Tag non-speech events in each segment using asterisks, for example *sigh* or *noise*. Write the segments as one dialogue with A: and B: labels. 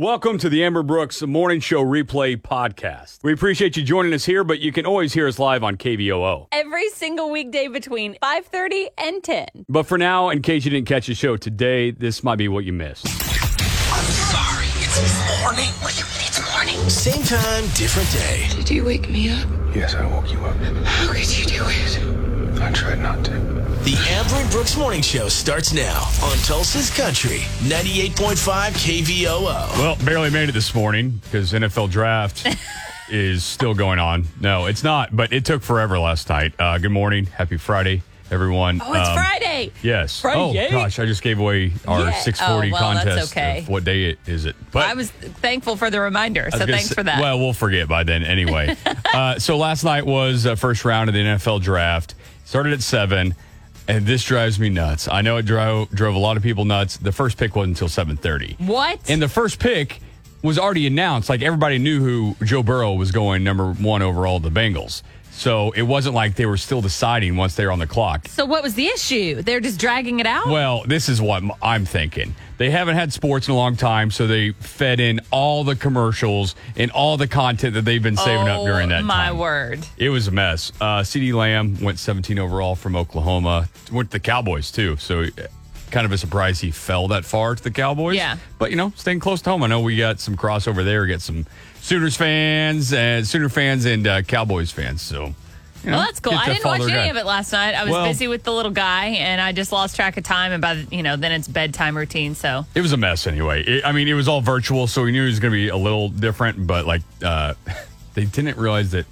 A: Welcome to the Amber Brooks Morning Show Replay Podcast. We appreciate you joining us here, but you can always hear us live on KVOO.
B: every single weekday between 5.30 and 10
A: But for now, in case you didn't catch the show today, this might be what you missed.
C: I'm sorry. It's morning. What do you mean it's morning? Same time, different day.
D: Did you wake me up?
E: Yes, I woke you up.
D: How could you do it?
E: I tried not to.
C: The Amber and Brooks Morning Show starts now on Tulsa's Country, 98.5 KVOO.
A: Well, barely made it this morning because NFL *laughs* draft is still going on. No, it's not, but it took forever last night. Uh, good morning. Happy Friday, everyone.
B: oh it's
A: Um,
B: friday
A: Yes.
B: Friday.
A: Oh, gosh, I just gave away our
B: Yeah.
A: 640
B: Oh, well, that's
A: contest. of
B: okay.
A: what day it, is it? But
B: i was thankful for the reminder
A: I was
B: so
A: gonna
B: thanks
A: say-
B: for that
A: Well, we'll forget by then
B: *laughs*
A: anyway. uh, so last night was uh, first round of the NFL draft. Started at seven, and this drives me nuts. I know it drove drove a lot of people nuts. The first pick wasn't until seven thirty.
B: what
A: And the first pick was already announced. Like everybody knew who Joe Burrow was going number one overall to the Bengals. So it wasn't like they were still deciding once they were on the clock.
B: so what was the issue they're just dragging it out
A: Well, this is what I'm thinking. They haven't had sports in a long time, so they fed in all the commercials and all the content that they've been saving up during that
B: Oh, my
A: time.
B: word
A: It was a mess. Uh, CD Lamb went 17 overall from Oklahoma, went to the Cowboys too. So, uh, kind of a surprise he fell that far to the Cowboys.
B: Yeah.
A: But, you know, staying close to home. I know we got some crossover there. We got some Sooners fans and Sooner fans and uh, Cowboys fans. So, you know,
B: well that's cool
A: get
B: i
A: to
B: didn't
A: follow
B: watch
A: their
B: any
A: guy.
B: of it last night i was
A: Well-
B: busy with the little guy and i just lost track of time and by the, you know then it's bedtime routine so
A: It was a mess anyway. It, I mean, it was all virtual, so we knew it was going to be a little different, but like uh, *laughs* they didn't realize that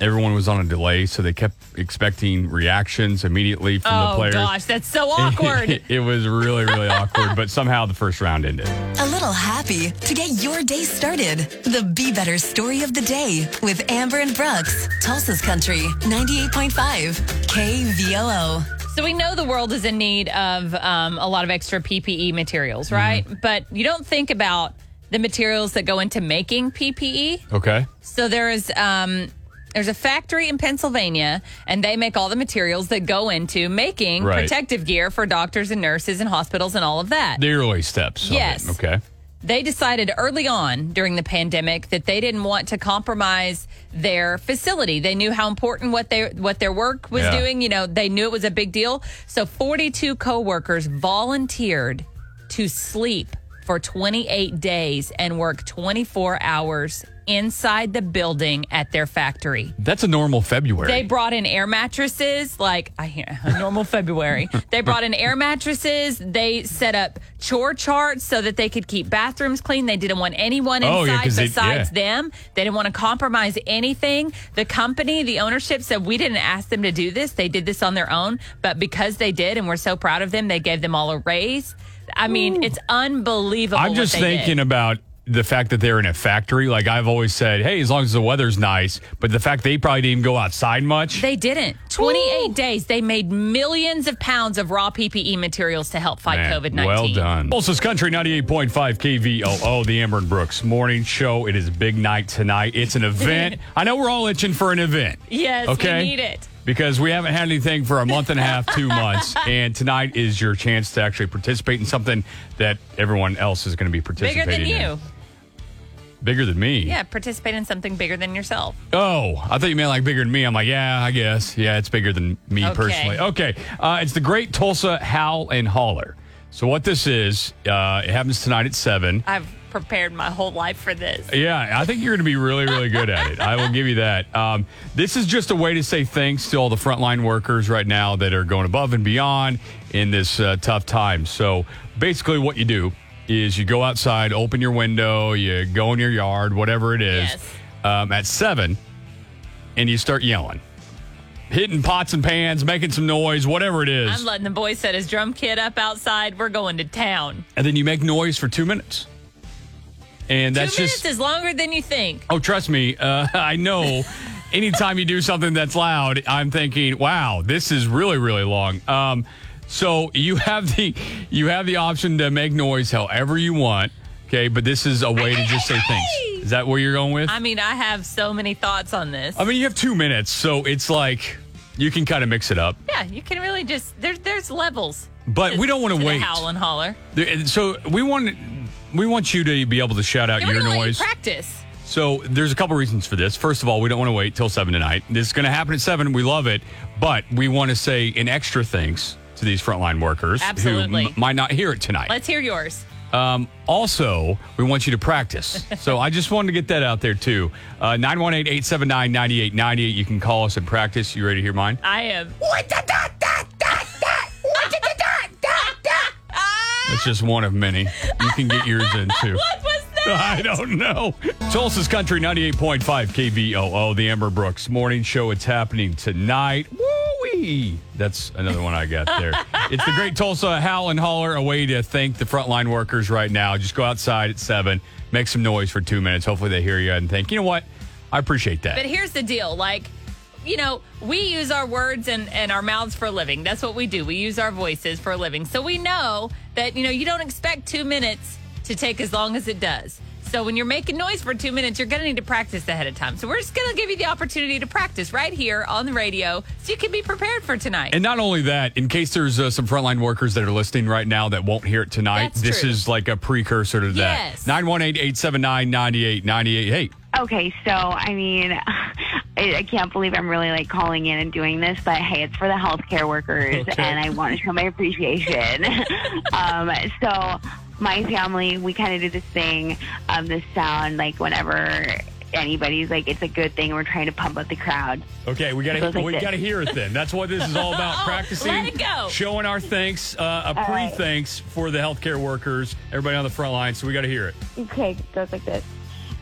A: everyone was on a delay, so they kept expecting reactions immediately from the
B: oh
A: players.
B: gosh
A: *laughs*
B: that's so awkward
A: it was really, really awkward, but somehow the first round ended.
F: A little happy to get your day started. The Be Better Story of the Day with Amber and Brooks, Tulsa's Country, 98.5 KVOO.
B: So we know the world is in need of um, a lot of extra PPE materials, right? But you don't think about the materials that go into making PPE.
A: Okay.
B: So there is um, there's a factory in Pennsylvania, and they make all the materials that go into making
A: Right.
B: protective gear for doctors and nurses and hospitals and all of that.
A: The early steps. of it.
B: Yes.
A: Okay.
B: They decided early on during the pandemic that they didn't want to compromise their facility. They knew how important what their what their work was
A: Yeah.
B: doing. You know, they knew it was a big deal. So 42 coworkers volunteered to sleep for 28 days and work 24 hours inside the building at their factory.
A: That's a normal February.
B: They brought in air mattresses, like I hear *laughs* a normal February. They brought in air mattresses. They set up chore charts so that they could keep bathrooms clean. They didn't want anyone
A: Oh, yeah,
B: inside
A: 'cause they-
B: besides
A: yeah.
B: them. They didn't want to compromise anything. The company, the ownership said we didn't ask them to do this. They did this on their own, but because they did, and we're so proud of them, they gave them all a raise. I mean, it's unbelievable.
A: I'm
B: what
A: just
B: they did.
A: thinking about the fact that they're in a factory. Like I've always said, hey, as long as the weather's nice, but the fact they probably didn't go outside much.
B: They didn't. 28 days, they made millions of pounds of raw PPE materials to help fight
A: Man,
B: COVID 19.
A: Well done. Tulsa's Country 98.5 KVOO, the Amber and Brooks Morning Show. It is big night tonight. It's an
B: *laughs*
A: event. I know we're all itching for an event.
B: Yes, we
A: okay?
B: need it.
A: Because we haven't had anything for a month and a half, two
B: *laughs*
A: months. And tonight is your chance to actually participate in something that everyone else is going to be
B: Bigger
A: participating in.
B: than you.
A: Bigger than me.
B: Yeah, participate in something bigger than yourself.
A: Oh, I thought you meant like bigger than me. I'm like, yeah, I guess. Yeah, it's bigger than me
B: Okay.
A: personally. Okay. Uh, it's the Great Tulsa Howl and Holler. So, what this is, uh, it happens tonight at 7.
B: I've prepared my whole life for this.
A: Yeah, I think you're going to be really, really good at it. I will give you that. Um, this is just a way to say thanks to all the frontline workers right now that are going above and beyond in this uh, tough time. So basically, what you do is you go outside, open your window, you go in your yard, whatever it is,
B: Yes.
A: um, at seven, and you start yelling, hitting pots and pans, making some noise, whatever it is.
B: I'm letting the boy set his drum kit up outside. We're going to town.
A: and then you make noise for two minutes. And that's
B: Two
A: just.
B: minutes is longer than you think.
A: Oh, trust me. Uh, *laughs* I know. Anytime you do something that's loud, I'm thinking, "Wow, this is really, really long." Um, so you have the you have the option to make noise however you want. Okay, but this is a way to just say things. Is that where you're going with?
B: I mean, I have so many thoughts on this.
A: I mean, you have two minutes, so it's like you can kind of mix it up.
B: yeah, you can really just there's there's levels.
A: But we don't want
B: to
A: to
B: the
A: wait.
B: Howl and holler.
A: There- and So we want we want you to be able to shout out
B: Then we're
A: your
B: gonna let you
A: noise.
B: practice.
A: So there's a couple reasons for this. First of all, we don't want to wait till seven tonight. This is going to happen at seven. We love it, but we want to say an extra thanks to these frontline workers
B: Absolutely.
A: who m- might not hear it tonight.
B: Let's hear yours.
A: Um, also, we want you to
B: *laughs*
A: practice. so I just wanted to get that out there too. Uh, Nine one eight eight seven nine ninety eight ninety eight. You can call us and practice. You ready to hear mine?
B: I am.
A: That's just one of many. You can get yours in too.
B: What Ah, was
A: *laughs*
B: that?
A: I don't know. Tulsa's Country 98.5 KVOO, the Amber Brooks Morning Show. It's happening tonight. Woo-wee. That's another one I got
B: *laughs*
A: there. it's the Great Tulsa Howl and Holler, a way to thank the frontline workers right now. Just go outside at 7, make some noise for two minutes. Hopefully they hear you and think, you know what? I appreciate that.
B: But here's the deal like, you know, we use our words and, and our mouths for a living. That's what we do. We use our voices for a living. So we know that, you know, you don't expect two minutes to take as long as it does. So when you're making noise for two minutes, you're going to need to practice ahead of time. So we're just going to give you the opportunity to practice right here on the radio so you can be prepared for tonight.
A: And not only that, in case there's uh, some frontline workers that are listening right now that won't hear it tonight,
B: That's
A: this
B: true.
A: is like a precursor to that.
B: Yes.
A: 918 879 9898. Hey,
G: Okay, so I mean, *laughs* I, I can't believe I'm really like calling in and doing this, but hey, it's for the healthcare workers,
A: Okay.
G: and I want to show my appreciation. um, so, my family, we kind of do this thing, um, this sound, like whenever anybody's like, it's a good thing, we're trying to pump up the crowd.
A: Okay, we gotta
G: Goes like
A: we
G: this.
A: gotta hear it then. That's what this is
B: *laughs*
A: all about.
B: Oh,
A: Practicing,
B: let it go.
A: showing our thanks, uh, a
G: All
A: pre
G: right.
A: thanks for the healthcare workers, everybody on the front line. So we gotta
B: *laughs*
A: hear it.
G: Okay, it goes like this.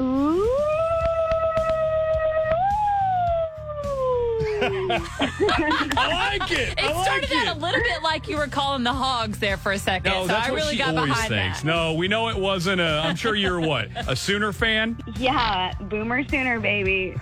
G: Ooh.
A: I like it.
B: it
A: I like
B: started
A: it.
B: out a little bit like you were calling the hogs there for a second.
A: no,
B: so
A: that's
B: I
A: what
B: really
A: she
B: got
A: always
B: behind
A: thinks.
B: that.
A: No, we know it wasn't a. I'm sure you're what a Sooner fan.
G: *laughs* Yeah, boomer sooner, baby.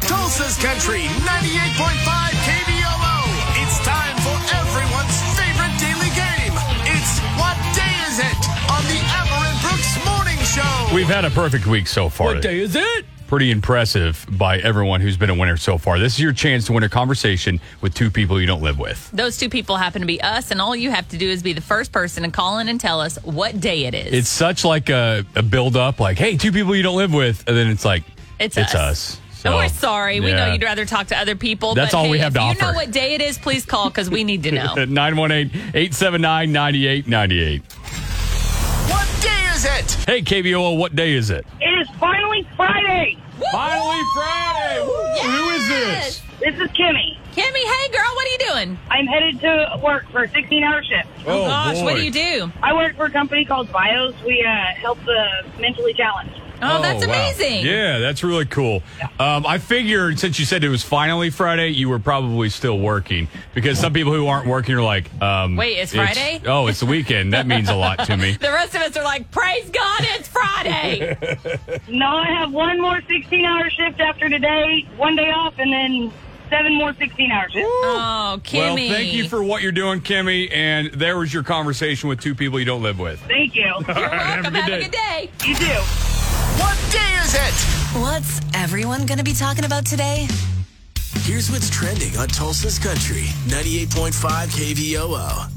C: Tulsa's Country 98.5 KVOO. It's time for everyone's favorite daily game. It's What Day Is It? on the Amber and Brooks Morning Show.
A: We've had a perfect week so far.
H: is it?
A: pretty impressive by everyone who's been a winner so far. This is your chance to win a conversation with two people you don't live with.
B: Those two people happen to be us, and all you have to do is be the first person to call in and tell us what day it is.
A: It's such like a, a build up, like, hey, two people you don't live with, and then it's like,
B: It's
A: us.
B: us.
A: So,
B: and we're sorry. We know
A: yeah.
B: you'd rather talk to other people.
A: That's
B: but
A: all
B: hey,
A: we have
B: if
A: to
B: you
A: offer.
B: know what day it is, please call because we need
A: *laughs*
B: to know.
A: At 918-879-9898.
C: What day is it?
A: Hey, KBOL, what day is it?
I: It is finally Friday.
A: Finally Friday! Woo! Who is this?
B: Yes!
I: This is Kimmy.
B: Kimmy, hey girl, what are you doing?
I: I'm headed to work for a 16 hour shift.
A: Oh,
B: Gosh,
A: boy.
B: what do you do?
I: I work for a company called Bios. We uh, help the mentally challenged.
B: Oh, that's
A: wow.
B: amazing.
A: Yeah, that's really cool. Um, I figured since you said it was finally Friday, you were probably still working because some people who aren't working are like, um,
B: Wait, it's Friday?
A: oh, it's the weekend. That means a lot to
B: *laughs*
A: me.
B: The rest of us are like, praise God, it's Friday.
I: No, I have one more 16 hour shift after today, one day off, and then seven more 16 hour shifts.
B: oh, Kimmy.
A: *laughs* Well, thank you for what you're doing, Kimmy. And there was your conversation with two people you don't live with.
I: Thank you.
B: You're welcome.
A: have
B: Have
A: a
B: a
A: good
B: good day.
I: you too.
C: What day is it?
F: What's everyone going to be talking about today?
C: Here's what's trending on Tulsa's Country 98.5 KVOO.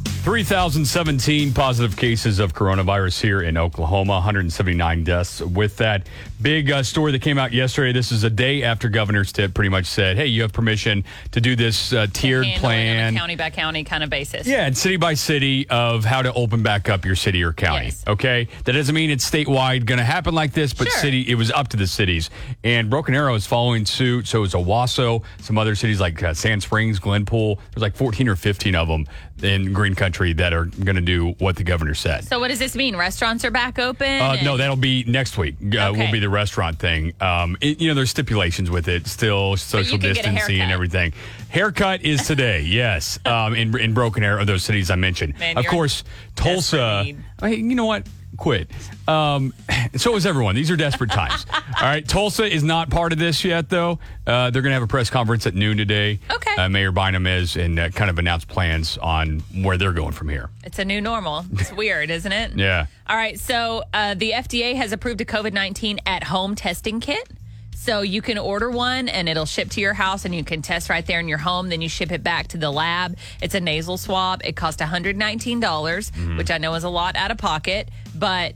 A: 3,017 positive cases of coronavirus here in Oklahoma, 179 deaths. With that big uh, story that came out yesterday, this is a day after Governor Stitt pretty much said, hey, you have permission to do this uh, tiered
B: Handling on
A: plan.
B: a county by county kind of basis.
A: Yeah, and city by city of how to open back up your city or county.
B: Yes.
A: Okay, that doesn't mean it's statewide going to happen like this, but
B: Sure.
A: city it was up to the cities. And Broken Arrow is following suit. So is Owasso, some other cities like uh, Sand Springs, Glenpool. There's like 14 or 15 of them in Green Country that are going to do what the governor said.
B: So what does this mean? Restaurants are back open?
A: Uh, no,
B: and-
A: that'll be next week. Uh, Will
B: Okay.
A: be the restaurant thing. Um, it- you know, there's stipulations with it. Still, social
B: can get a
A: distancing and
B: haircut.
A: everything. Haircut
B: *laughs*
A: is today. yes, um, in in Broken Arrow, those cities I mentioned.
B: Man,
A: of
B: you're
A: course, Tulsa.
B: need.
A: I mean, you know what? Quit. Um, *laughs* so is everyone. These are desperate
B: *laughs*
A: times. All right. Tulsa is not part of this yet, though. Uh, they're going to have a press conference at noon today.
B: Okay.
A: Uh, Mayor Bynum is and uh, kind of announce plans on where they're going from here.
B: It's a new normal. It's weird, isn't it?
A: Yeah.
B: All right. So uh, the FDA has approved a COVID 19 at home testing kit. So you can order one and it'll ship to your house and you can test right there in your home. Then you ship it back to the lab. It's a nasal
A: Mm-hmm.
B: swab. It costs $119, dollars which I know is a lot out of pocket, but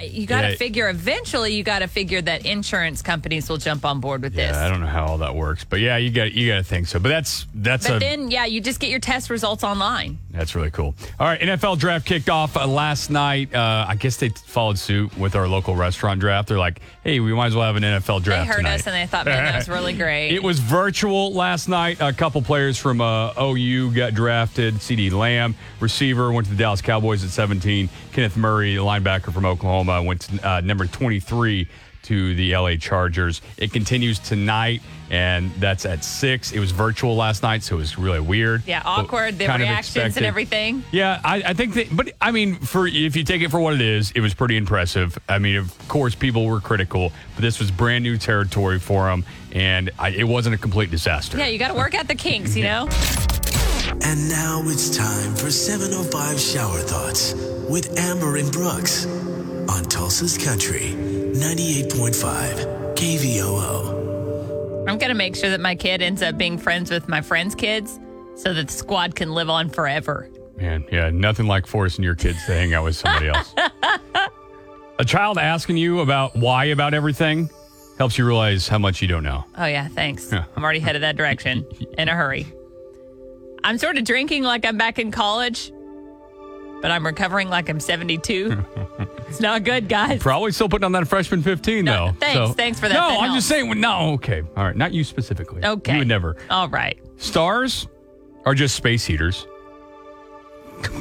B: you got to
A: Yeah.
B: figure eventually. You got to figure that insurance companies will jump on board with this.
A: Yeah, I don't know how all that works, but yeah, you got you got to think so. But that's that's
B: but
A: a
B: then, yeah, you just get your test results online.
A: That's really cool. All right, NFL draft kicked off uh, last night. Uh, I guess they t- followed suit with our local restaurant draft. They're like, "Hey, we might as well have an NFL draft."
B: they heard
A: tonight.
B: us and they thought, man, that was
A: *laughs*
B: really great.
A: It was virtual last night. A couple players from uh, OU got drafted. CD Lamb, receiver, went to the Dallas Cowboys at 17. Kenneth Murray, linebacker from Oklahoma, went to uh, number 23 to the LA Chargers. It continues tonight, and that's at 6. It was virtual last night, so it was really weird.
B: yeah,
A: but
B: awkward. The
A: kind of
B: reactions
A: expected.
B: and everything.
A: Yeah, I, I think that, but I mean, for if you take it for what it is, it was pretty impressive. I mean, of course, people were critical, but this was brand new territory for him, and I, it wasn't a complete disaster.
B: Yeah, you got to work out the kinks, you know?
H: And now it's time for 705 Shower Thoughts with Amber and Brooks on Tulsa's Country 98.5 KVOO.
B: I'm going to make sure that my kid ends up being friends with my friend's kids so that the squad can live on forever.
A: Man, yeah, nothing like forcing your kids to hang out with somebody else.
B: *laughs*
A: a child asking you about why about everything helps you realize how much you don't know.
B: Oh, yeah, thanks.
A: Yeah.
B: I'm already headed
A: *laughs*
B: that direction in a hurry. I'm sort of drinking like I'm back in college, but I'm recovering like
A: *laughs*
B: I'm 72. it's not good, guys.
A: Probably still putting on that freshman 15,
B: No,
A: though.
B: thanks, thanks for that.
A: No,
B: That
A: I'm just
B: helps.
A: saying, no, okay. All right, not you specifically.
B: Okay.
A: You would never.
B: All right.
A: Stars are just space heaters.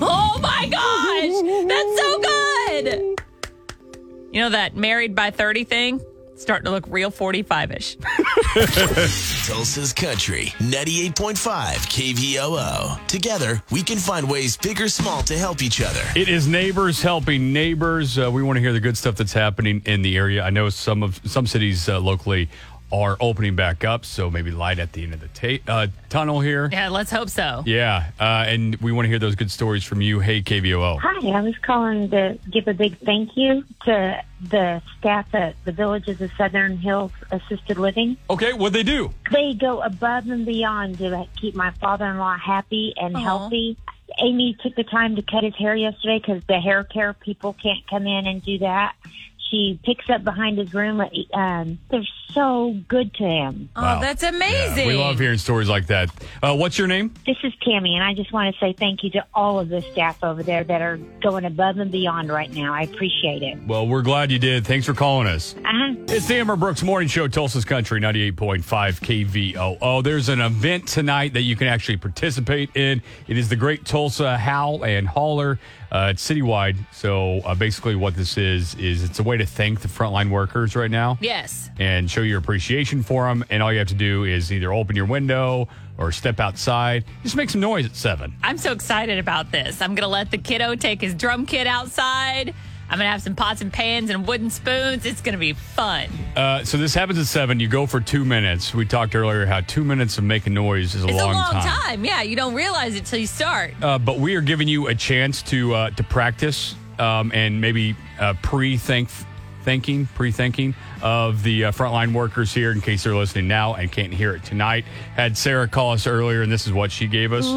B: Oh my gosh, that's so good. You know that married by 30 thing? It's starting to look real 45 ish.
H: Tulsa's Country 98.5 KVOO. Together, we can find ways big or small to help each other.
A: It is neighbors helping neighbors. Uh, we want to hear the good stuff that's happening in the area. I know some of some cities uh, locally are opening back up, so maybe light at the end of the ta- uh, tunnel here.
B: Yeah, let's hope so.
A: Yeah, uh, and we want to hear those good stories from you. Hey, KVOO.
I: Hi, I was calling to give a big thank you to the staff at the Villages of Southern Hills Assisted Living.
A: Okay, what they do?
I: They go above and beyond to keep my father-in-law happy and healthy. Amy took the time to cut his hair yesterday because the hair care people can't come in and do that. She picks up behind his room. Um, they're so good to him.
A: Wow.
B: Oh, that's
A: Yeah,
B: amazing.
A: we love hearing stories like that. Uh, what's your name?
I: This is Tammy, and I just want to say thank you to all of the staff over there that are going above and beyond right now. I appreciate it.
A: Well, we're glad you did. Thanks for calling us.
I: Uh-huh.
A: It's the Amber Brooks Morning Show, Tulsa's Country, 98.5 KVOO. There's an event tonight that you can actually participate in. It is the Great Tulsa Howl and Hauler. Uh, it's citywide. So uh, basically, what this is, is it's a way to thank the frontline workers right now
B: Yes.
A: and show your appreciation for them. And all you have to do is either open your window or step outside. Just make some noise at 7.
B: I'm so excited about this. I'm going to let the kiddo take his drum kit outside. I'm going to have some pots and pans and wooden spoons. It's going to be fun.
A: Uh, so this happens at 7. You go for two minutes. We talked earlier how two minutes of making noise is a,
B: It's
A: long,
B: a long time. Yeah, you don't realize it till you start.
A: uh, but we are giving you a chance to uh, to practice um, and maybe uh, pre-think thinking pre-thinking of the uh, frontline workers here in case they're listening now and can't hear it tonight had sarah call us earlier and this is what she gave us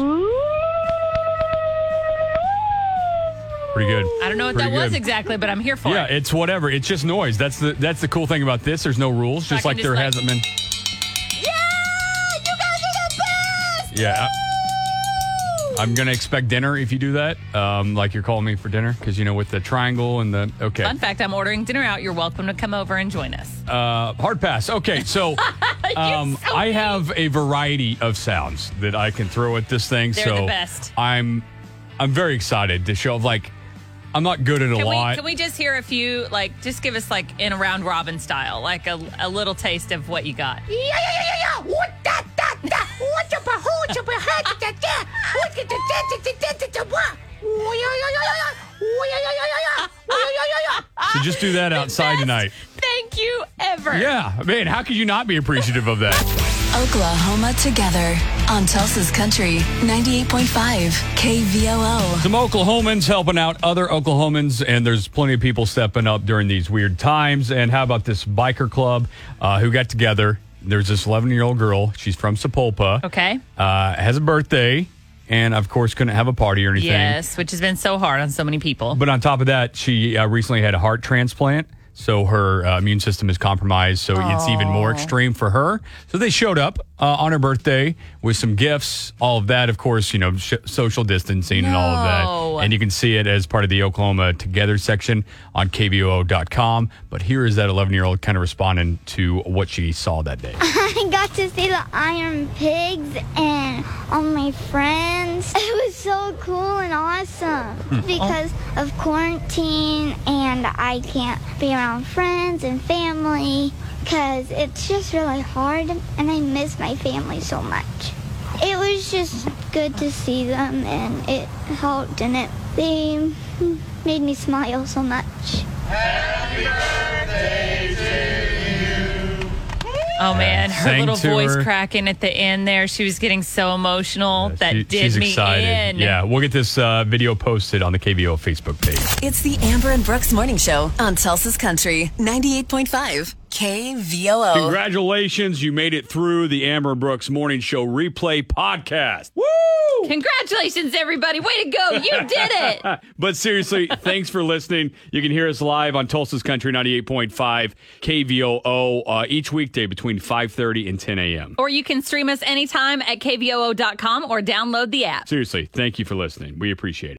A: pretty good
B: I don't know what
A: Pretty
B: that was
A: good.
B: exactly, but I'm here for
A: yeah
B: it.
A: it's whatever it's just noise that's the that's the cool thing about this there's no rules
B: I
A: just
B: can
A: like
B: just
A: there
B: like-
A: hasn't been
B: Yeah, you guys are the best.
A: yeah I- I'm gonna expect dinner if you do that. Um, like you're calling me for dinner because you know with the triangle and the okay.
B: Fun fact, I'm ordering dinner out. You're welcome to come over and join us.
A: Uh, hard pass. Okay,
B: *laughs*
A: so um,
B: so
A: I
B: mean.
A: have a variety of sounds that I can throw at this thing.
B: They're
A: so
B: the best.
A: I'm I'm very excited to show. Like I'm not good at a
B: Can we,
A: lot.
B: can we just hear a few, like, just give us, like, in a round robin style, like a, a little taste of what you got? Yeah, yeah, yeah, yeah, yeah. What that, that, that. What your behold, your behind, that, that. What the,
A: So just
B: *laughs*
A: do that outside tonight.
B: Thank you ever.
A: yeah, man, how could you not be appreciative of that?
F: Oklahoma together on Tulsa's Country 98.5 KVOO.
A: Some Oklahomans helping out other Oklahomans, and there's plenty of people stepping up during these weird times. And how about this biker club uh, who got together? There's this 11 year old girl. She's from Sepulpa.
B: Okay.
A: uh, has a birthday, and of course couldn't have a party or anything.
B: Yes, which has been so hard on so many people.
A: But on top of that, she uh, recently had a heart transplant. So her uh, immune system is compromised. So it's even more extreme for her. So they showed up uh, on her birthday with some gifts, all of that, of course, you know, sh- social distancing and all of
B: No.
A: that. And you can see it as part of the Oklahoma Together section on KBOO.com. But here is that 11 year old kind of responding to what she saw that day.
J: I got to see the iron pigs and all my friends. *laughs* It was so cool and awesome because of quarantine and I can't be around friends and family because it's just really hard and I miss my family so much. It was just good to see them and it helped and it they made me smile so much.
B: Oh man, her
A: Sang
B: little
A: to
B: voice
A: her.
B: cracking at the end there. She was getting so emotional that
A: She-
B: did
A: she's
B: me
A: excited.
B: in.
A: Yeah, we'll get this uh, video posted on the KBO Facebook page.
F: It's the Amber and Brooks Morning Show on Tulsa's Country 98.5 KVOO.
A: Congratulations, you made it through the Amber Brooks Morning Show replay podcast. Woo!
B: Congratulations, everybody! Way to go! You did it.
A: But seriously, thanks for listening. You can hear us live on Tulsa's Country 98.5 KVOO uh, each weekday between 5:30 and 10 a.m.
B: or you can stream us anytime at kvoo.com or download the app.
A: Seriously, thank you for listening. We appreciate it.